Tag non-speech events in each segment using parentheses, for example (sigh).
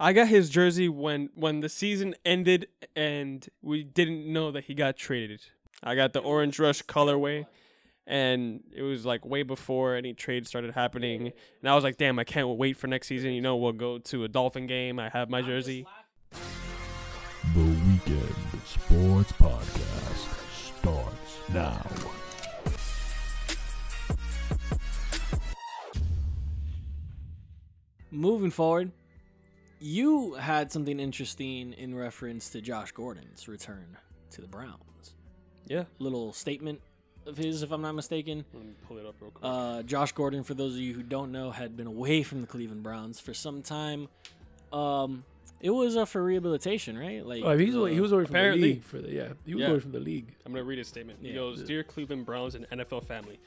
I got his jersey when when the season ended and we didn't know that he got traded. I got the orange rush colorway and it was like way before any trade started happening and I was like, "Damn, I can't wait for next season. You know, we'll go to a Dolphin game. I have my jersey." The Weekend Sports Podcast starts now. Moving forward, you had something interesting in reference to Josh Gordon's return to the Browns. Yeah. Little statement of his, if I'm not mistaken. Mm-hmm. Let me pull it up real quick. Uh, Josh Gordon, for those of you who don't know, had been away from the Cleveland Browns for some time. Um, it was uh, for rehabilitation, right? Like Oh, he's away, he uh, was away from apparently. the league for the yeah. He was Yeah. away from the league. I'm gonna read his statement. He Yeah. goes, "Dear Cleveland Browns and NFL family,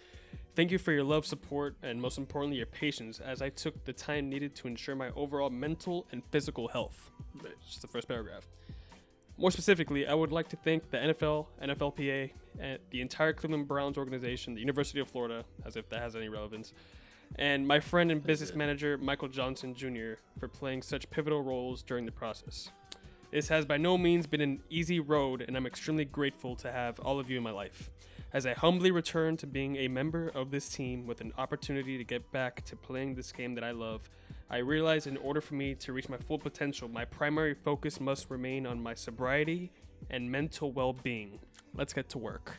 thank you for your love, support, and most importantly, your patience as I took the time needed to ensure my overall mental and physical health." It's just the first paragraph. More specifically, I would like to thank the NFL, NFLPA, and the entire Cleveland Browns organization, the University of Florida, as if that has any relevance, and my friend and business manager Michael Johnson Jr. for playing such pivotal roles during the process. This has by no means been an easy road, and I'm extremely grateful to have all of you in my life. As I humbly return to being a member of this team with an opportunity to get back to playing this game that I love, I realize in order for me to reach my full potential, my primary focus must remain on my sobriety and mental well being. Let's get to work.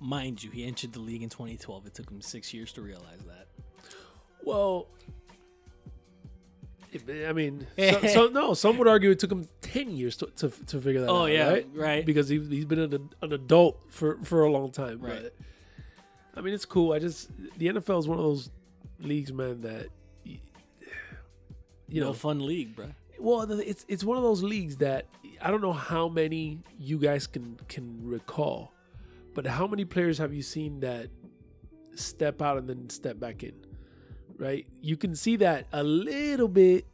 mind you, he entered the league in 2012. It took him six years to realize that. Well, (laughs) I mean, so, so- no. Some would argue it took him ten years to, to, to figure that out. Oh, yeah, right, right. Because he, he's been an, an adult for for a long time. Right. But, I mean, it's cool. I just the NFL is one of those leagues, man. That y- you no know, fun league, bro. well the- it's it's one of those leagues that i don't know how many you guys can can recall but how many players have you seen that step out and then step back in right you can see that a little bit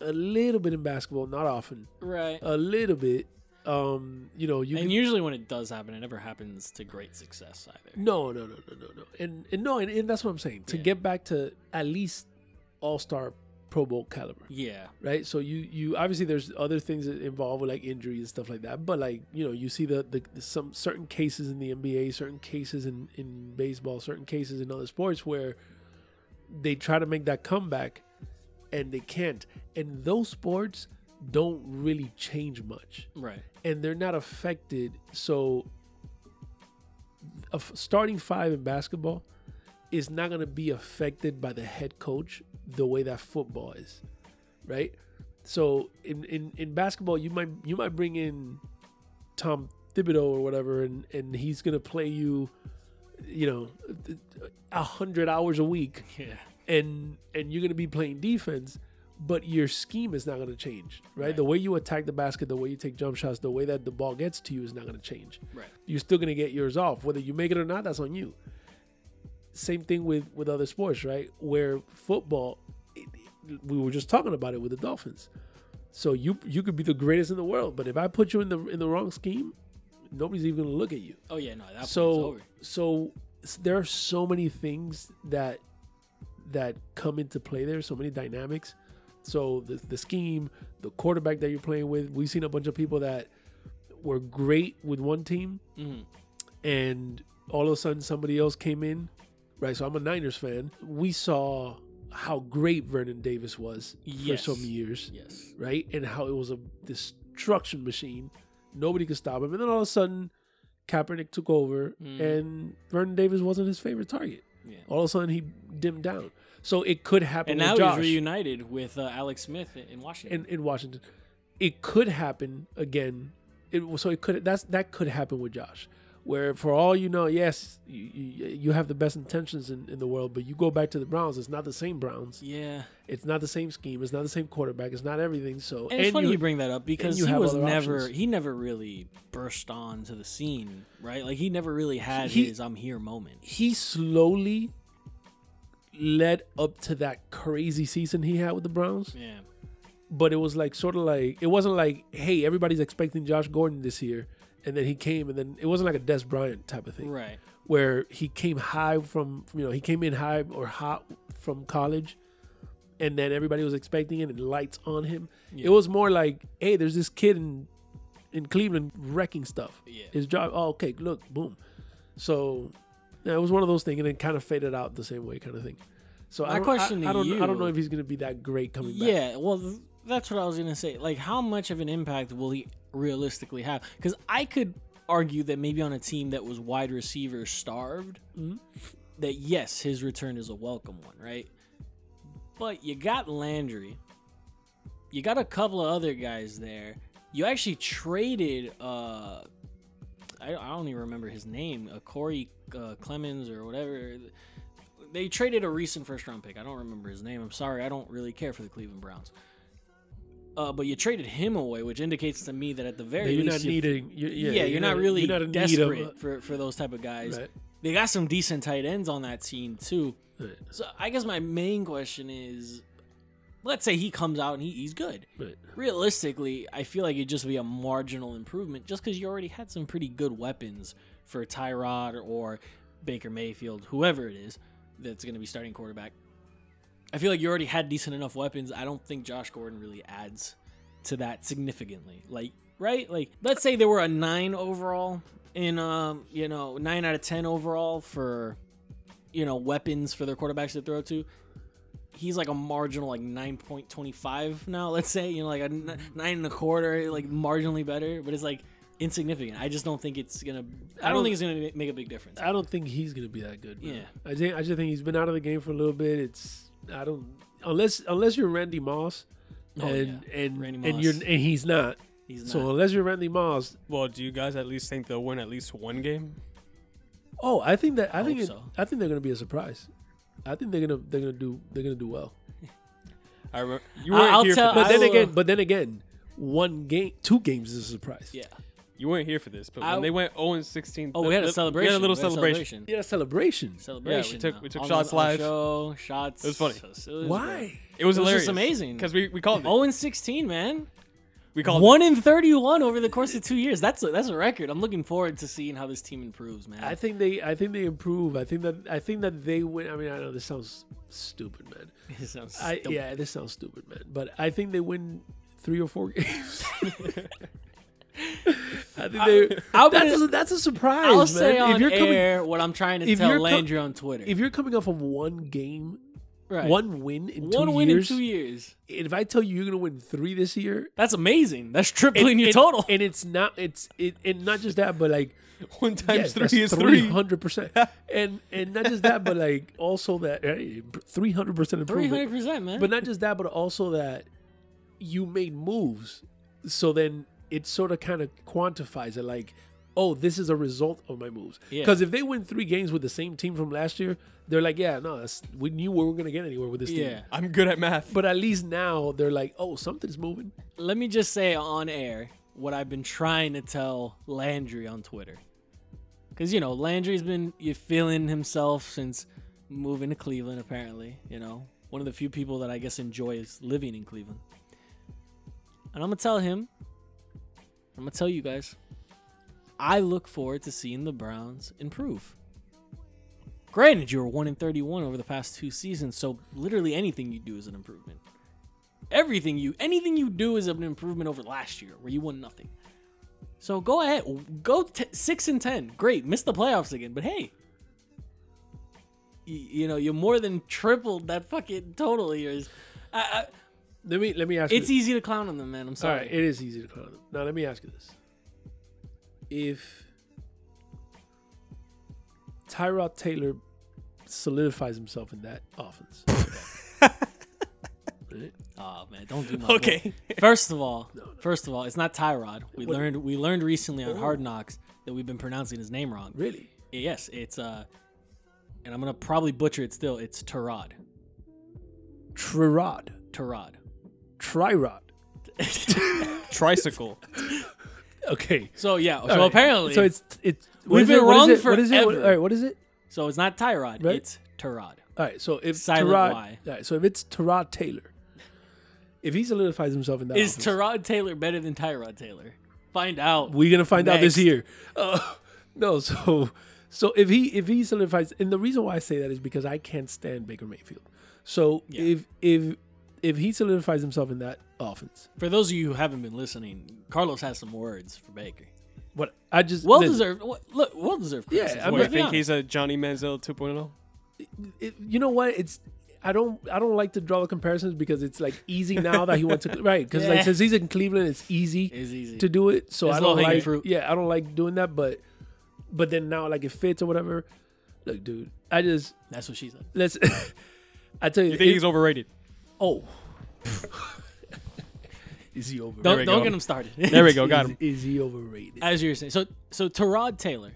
a little bit in basketball not often Right. a little bit um you know you and can, usually when it does happen, it never happens to great success either. no no no no no no and, and no and, and that's what i'm saying to Yeah. get back to at least all-star pro bowl caliber Yeah. right? So you you obviously there's other things that involve with like injury and stuff like that, but like you know you see the, the the- some certain cases in the NBA, certain cases in in baseball, certain cases in other sports where they try to make that comeback and they can't, and those sports don't really change much Right. and they're not affected. So, a f- starting five in basketball is not going to be affected by the head coach the way that football is, right? So in, in in basketball, you might you might bring in Tom Thibodeau or whatever, and and he's going to play you, you know, a hundred hours a week Yeah. and and you're going to be playing defense but your scheme is not going to change right? the way you attack the basket the way you take jump shots the way that the ball gets to you is not going to change Right. you're still going to get yours off whether you make it or not that's on you same thing with with other sports right where football it- it- we were just talking about it with the dolphins so you you could be the greatest in the world but if i put you in the in the wrong scheme nobody's even going to look at you Oh yeah. No. That so, so over. so s- there are so many things that that come into play there so many dynamics so the, the scheme the quarterback that you're playing with we've seen a bunch of people that were great with one team Mhm. and all of a sudden somebody else came in right so i'm a niners fan we saw how great vernon davis was Yes. for some years Yes. right? And how it was a destruction machine. Nobody could stop him. And then all of a sudden, Kaepernick took over, Mm. and Vernon Davis wasn't his favorite target. Yeah. All of a sudden, he dimmed down. So it could happen. And with now Josh he's reunited with uh, Alex Smith in- in Washington. in, in Washington. It could happen again. It so it could that's that could happen with Josh, where for all you know, yes, you, you, you have the best intentions in, in the world, but you go back to the Browns, it's not the same Browns, yeah. it's not the same scheme, it's not the same quarterback, it's not everything. So And it's funny you, you- bring that up because you he have was other never options. he never really burst onto the scene, right? Like he never really had He- his I'm here moment. he slowly led up to that crazy season he had with the Browns, Yeah. but it was like sort of like it wasn't like hey everybody's expecting Josh Gordon this year, and then he came, and then it wasn't like a Des Bryant type of thing Right. where he came high from you know he came in high or hot from college, and then everybody was expecting it and lights on him. Yeah. It was more like, hey, there's this kid in in Cleveland wrecking stuff. Yeah. His job. Oh, okay. Look, boom. So yeah, it was one of those things, and then kind of faded out the same way, kind of thing. So My I don't, question I, to I don't, I you- don't know if he's gonna be that great coming back. Yeah, well, th- that's what I was gonna say. Like, how much of an impact will he realistically have? Because I could argue that maybe on a team that was wide receiver starved, Mm-hmm. that yes, his return is a welcome one, right? But you got Landry, you got a couple of other guys there. You actually traded. uh I, I don't even remember his name, uh, Corey uh, Clemens or whatever they traded a recent first round pick. I don't remember his name. I'm sorry. I don't really care for the Cleveland Browns. Uh, but you traded him away, which indicates to me that at the very That you're least, not you- needing. you yeah, yeah, you're, not really you're not in need of desperate a- for, for those type of guys. Right. They got some decent tight ends on that team too. Right. So I guess my main question is, let's say he comes out and he, he's good. Right. Realistically, I feel like it'd just be a marginal improvement, just because you already had some pretty good weapons for Tyrod or Baker Mayfield, whoever it is that's going to be starting quarterback. I feel like you already had decent enough weapons. I don't think Josh Gordon really adds to that significantly. Like, right? Like, let's say there were a nine overall in, um, you know, nine out of ten overall for, you know, weapons for their quarterbacks to throw to. He's like a marginal, like nine point twenty five now. (laughs) Let's say you know, like a n- nine and a quarter, like marginally better, but it's like insignificant. I just don't think it's gonna. I, don't don't- think it's gonna make a big difference. I don't think he's gonna be that good. man. Yeah. I think I just think he's been out of the game for a little bit. It's I don't unless unless you're Randy Moss, Oh, and yeah. and Randy and you're Moss. and he's not. He's not. So unless you're Randy Moss, Well, do you guys at least think they'll win at least one game? oh, I think that I, hope think it, so. I think they're gonna be a surprise. I think they're gonna they're gonna do they're gonna do well. I remember you I- weren't I'll here tell- for But this. I then will- uh, again, but then again, one game, two games is a surprise. yeah. you weren't here for this. But I- when they went 0 and 16, Oh, we had a celebration. We had a little We celebration. yeah, celebration. Celebration. Yeah, we took- uh, we took on shots the- on the live. Show, shots. It was funny. so silly, bro. Why? It was It was hilarious. just amazing. because we, we called it. 0 and 16, man. we called it. One in 31 over the course of two years. That's a, that's a record. I'm looking forward to seeing how this team improves, man. (laughs) I think they I think they improve. I think that I think that they win. I mean, I know this sounds stupid, man. It sounds I, dumb. yeah, this sounds stupid, man. But I think they win three or four (laughs) games. I think they. I'll be- that's, a, that's a surprise, I'll man. say on if you're coming, air what I'm trying to if tell you're co- Landry on Twitter. if you're coming off of one game, right. one win in One two win years, in two years. and if I tell you you're gonna win three this year, That's amazing. That's tripling and- your and- total. and it's not, it's it, and not just that, (laughs) but like (laughs) One times three is three three. hundred percent, and and not just that, but like also that three hundred percent improvement. 300%, man. but not just that, but also that you made moves. So then it sort of kind of quantifies it like, oh, this is a result of my moves. Yeah. Because if they win three games with the same team from last year, they're like, yeah, no, that's, we knew we were going to get anywhere with this yeah. team. I'm good at math. But at least now they're like, oh, something's moving. let me just say on air what I've been trying to tell Landry on Twitter. Cause you know, Landry's been you feeling himself since moving to Cleveland, apparently. You know, one of the few people that I guess enjoys living in Cleveland. And I'm gonna tell him, I'm gonna tell you guys, I look forward to seeing the Browns improve. Granted, you were one in thirty-one over the past two seasons, so literally anything you do is an improvement everything you anything you do is an improvement over last year where you won nothing so go ahead go t- 6 and 10 great miss the playoffs again but hey you, you know you more than tripled that fucking total of yours I, I, Let me let me ask. it's you easy to clown on them man i'm this. all sorry right. It is easy to clown them. Now let me ask you this: If Tyrod Taylor solidifies himself in that offense, (laughs) right? oh man don't (laughs) do my Okay. boy. first of all first of all it's not tyrod we What- Oh. learned we learned recently on hard knocks that we've been pronouncing his name wrong really. Yes, it's uh, and I'm gonna probably butcher it still. It's Tarod. Trirod. Tarod. Trirod. (laughs) Tricycle. Okay. So yeah. So All right. apparently, So it's it's what We've is been it? What is wrong it? What is it? What- forever. all right, what is it? so it's not Tyrod. Right. Oh, It's Tarod. All right, so if Silent Tyrod, Y. all right, so if it's Tyrod Taylor, if he solidifies himself in that, Is offense, Tarod Taylor better than Tyrod Taylor? Find out. we're gonna find out this Next. year. Uh, (laughs) no, so so if he if he solidifies, and the reason why I say that is because I can't stand Baker Mayfield. So if if if he solidifies himself in that offense, For those of you who haven't been listening, Carlos has some words for Baker. what I just Well listen, deserved. wha- Look, well deserved. Yeah, criticism. I What, mean- you think he's a Johnny Manziel oh? 2.0? it- you know what? It's I don't I don't like to draw the comparisons because it's like easy now that he went to right because (laughs) Yeah. like since he's in Cleveland, it's easy It's easy. to do it. So It's I don't low-hanging like fruit. yeah I don't like doing that, but but then now like it fits or whatever. Look, dude, I just That's what she said. let's. (laughs) I tell you, You think it- he's overrated? oh. (laughs) Is he overrated? we Don't, don't go. get him started. There we go. Got Is- him. Is he (laughs) overrated? As you were saying, so so Terod Taylor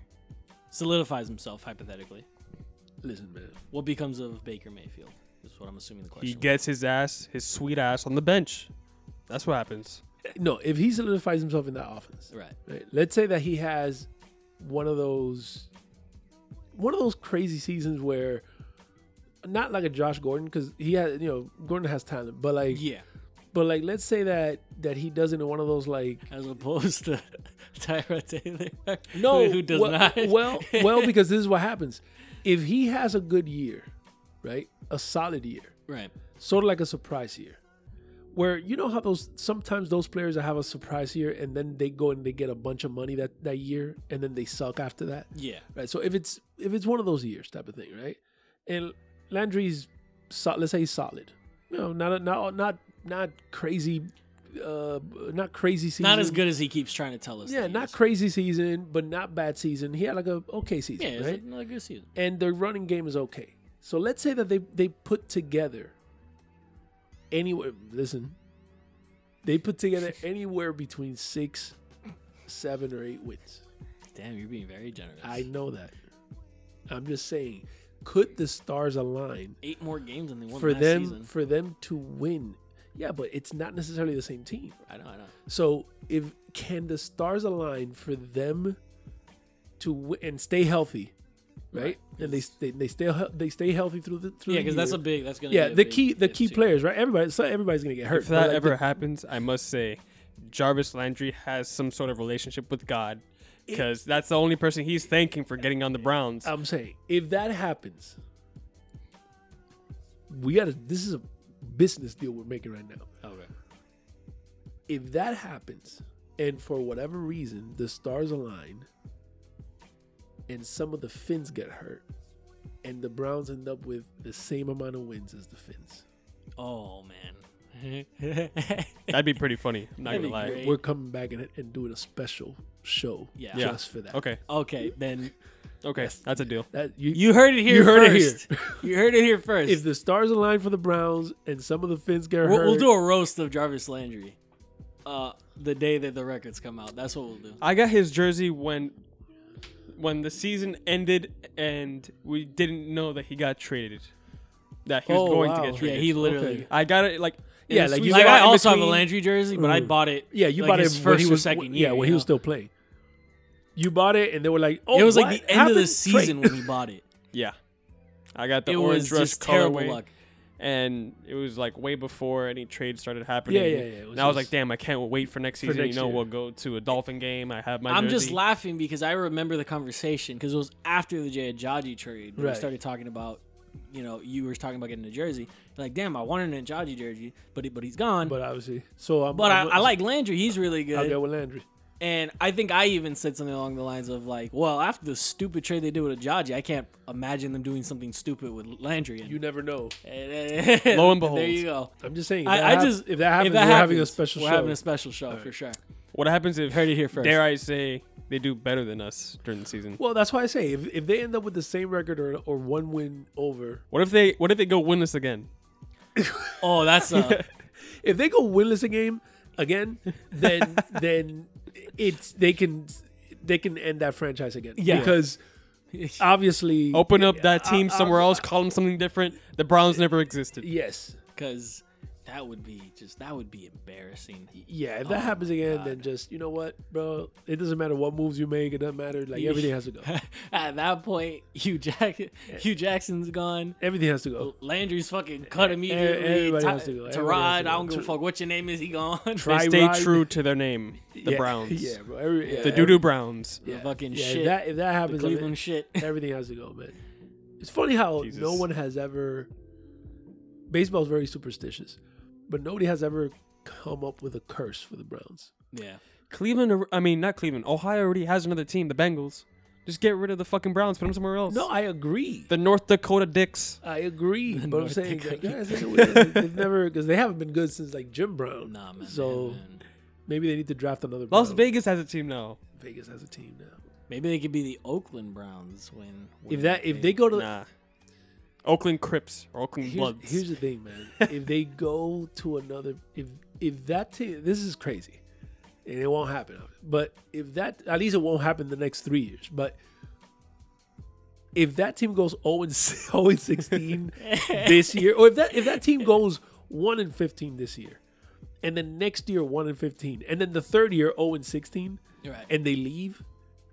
solidifies himself hypothetically. Listen, man. What becomes of Baker Mayfield? Is what I'm assuming the (laughs) question. He gets his ass, his sweet ass, on the bench. That's what happens. No, if he solidifies himself in that offense, was. right. Right. Let's say that he has one of those one of those crazy seasons where not like a Josh Gordon because he has you know Gordon has talent, but like Yeah, but like let's say that that he does it in one of those like as opposed to (laughs) Tyrod Taylor. (laughs) no who, who does well, not? (laughs) well well because this is what happens if he has a good year, right? A solid year, right. sort of like a surprise year. Where you know how those sometimes those players that have a surprise year and then they go and they get a bunch of money that, that year and then they suck after that. Yeah, right? So if it's if it's one of those years type of thing, right? And Landry's, so, let's say he's solid, you know, not not not not crazy, uh, not crazy season, not as good as he keeps trying to tell us. Yeah, that he not is. crazy season, but not bad season. He had like a okay season, yeah, it's right? another good season. and their running game is okay. So let's say that they they put together anywhere. Listen, they (laughs) put together anywhere between six, seven, or eight wins. Damn, you're being very generous. I know that. I'm just saying, could the stars align eight more games than they won for last them season. for them to win? Yeah, but it's not necessarily the same team. I know, I know. So if can the stars align for them to win and stay healthy, right? Right. And they they, they stay he- they stay healthy through the through Yeah, the because that's a year. big. That's gonna. yeah be a the big key the if key too. players right everybody so everybody's gonna get hurt If but that like ever happens, I must say, Jarvis Landry has some sort of relationship with God, because that's the only person he's thanking for getting on the Browns. the- I'm saying if that happens, we gotta this is a business deal we're making right now. Okay. if that happens and for whatever reason the stars align and some of the fins get hurt and the browns end up with the same amount of wins as the fins Oh (laughs) man. That'd be pretty funny. I'm not That'd gonna be lie. great. we're coming back and, and doing a special show Yeah. Yeah. just for that Okay. okay, then Okay. That's a deal. that you, you heard it here You heard it first. you heard it here first. if the stars align for the browns and some of the fins get we'll, hurt we'll do a roast of Jarvis Landry. Uh, the day that the records come out, that's what we'll do. I got his jersey when when the season ended and we didn't know that he got traded. That he was Oh, going wow. to get Yeah, Yeah, traded. he literally. Okay. I got it like in Yeah, the like, sweet you Like spot I in also have a between- Landry jersey, but I Mm. bought it. yeah you like, bought it his when first he or was second yeah year. when you he was know? still playing you bought it and they were like oh it was like what the end of the happened? season Trade. when he bought it. Yeah. I got the it was orange rush just terrible colorway, luck. and it was like way before any trade started happening. Yeah, yeah, yeah, it was and I was just- like, damn, I can't wait for next For season. next you know, year. we'll go to a Dolphin game. I have my. I'm just jersey. laughing because I remember the conversation because it was after the Jay Ajayi trade. that We Right. started talking about, you know, you were talking about getting a jersey. You're like, damn, I wanted an Ajayi jersey, but he, but he's gone. But, (laughs) but obviously so I'm, I, I'm, I like Landry; he's really I'll good. get with Landry And I think I even said something along the lines of like, well, after the stupid trade they did with Ajayi, I can't imagine them doing something stupid with Landry. And, you never know and, (laughs) Lo and there behold. you go. I'm just saying. I, I just if that happens, we're having a happens, special we're show. having a special show for sure. What happens if Heard it here first. Dare I say they do better than us during the season? well, that's why I say if, if they end up with the same record or, or one win over, What if they What if they go winless again? Oh, that's (laughs) uh, if they go winless a game (laughs) again, then then it's they can they can end that franchise again. Yeah. (laughs) Oh. because obviously, Open up that I- team I- somewhere else. Call them something different. The Browns never existed. yes, because that would be just that would be embarrassing. (laughs) yeah. Oh If that happens again, then just you know what, bro, it doesn't matter what moves you make. It doesn't matter. Like everything has to go. At that point, Hugh Jack Hugh Jackson's gone. Everything has to go. Landry's fucking cut immediately. E-, everybody Ty- has to go. Everybody Tyrod, has I to go. don't give a Tr- fuck what your name is. He gone. Try- They stay ride- true to their name, the Yeah, Browns, yeah, bro. Every, yeah, the Doo Doo Browns. (laughs) The fucking yeah, shit. If that, if that the happens, I mean, Cleveland shit. everything has to go, man. It's funny how Jesus. no one has ever. Baseball's very superstitious, but nobody has ever come up with a curse for the Browns. (laughs) Yeah. Cleveland, ar- I mean, not Cleveland. Ohio already has another team, the Bengals. Just get rid of the fucking Browns, put them somewhere else. No, I agree. the North Dakota Dicks. I agree, but I'm North saying like, Dakota. guys, (laughs) they've they've never because they haven't been good since like Jim Brown. Nah, man. So man. maybe they need to draft another. Las Brown. Vegas has a team now. Vegas has a team now. maybe they could be the Oakland Browns when, If that if they go to Nah. Oakland Crips or Oakland here's, Bloods. here's the thing, man. if they go to another, if if that team, this is crazy, and it won't happen. But if that, at least it won't happen the next three years. But if that team goes 0 and (laughs) 0 and 16 this year, or if that if that team goes 1 and 15 this year, and then next year 1 and 15, and then the third year 0 and 16, You're right. and they leave,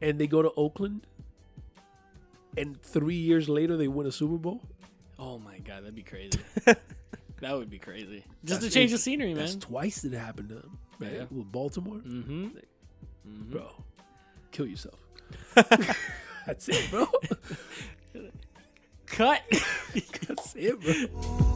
and they go to Oakland. And three years later, they win a Super Bowl. Oh my god, (laughs) that'd be crazy. that would be crazy. Just to change the scenery, man. That's twice that it happened to him. Right? Yeah. With Baltimore. mm-hmm. Bro, (laughs) kill yourself. (laughs) That's it, bro. (laughs) Cut. (laughs) That's it, bro.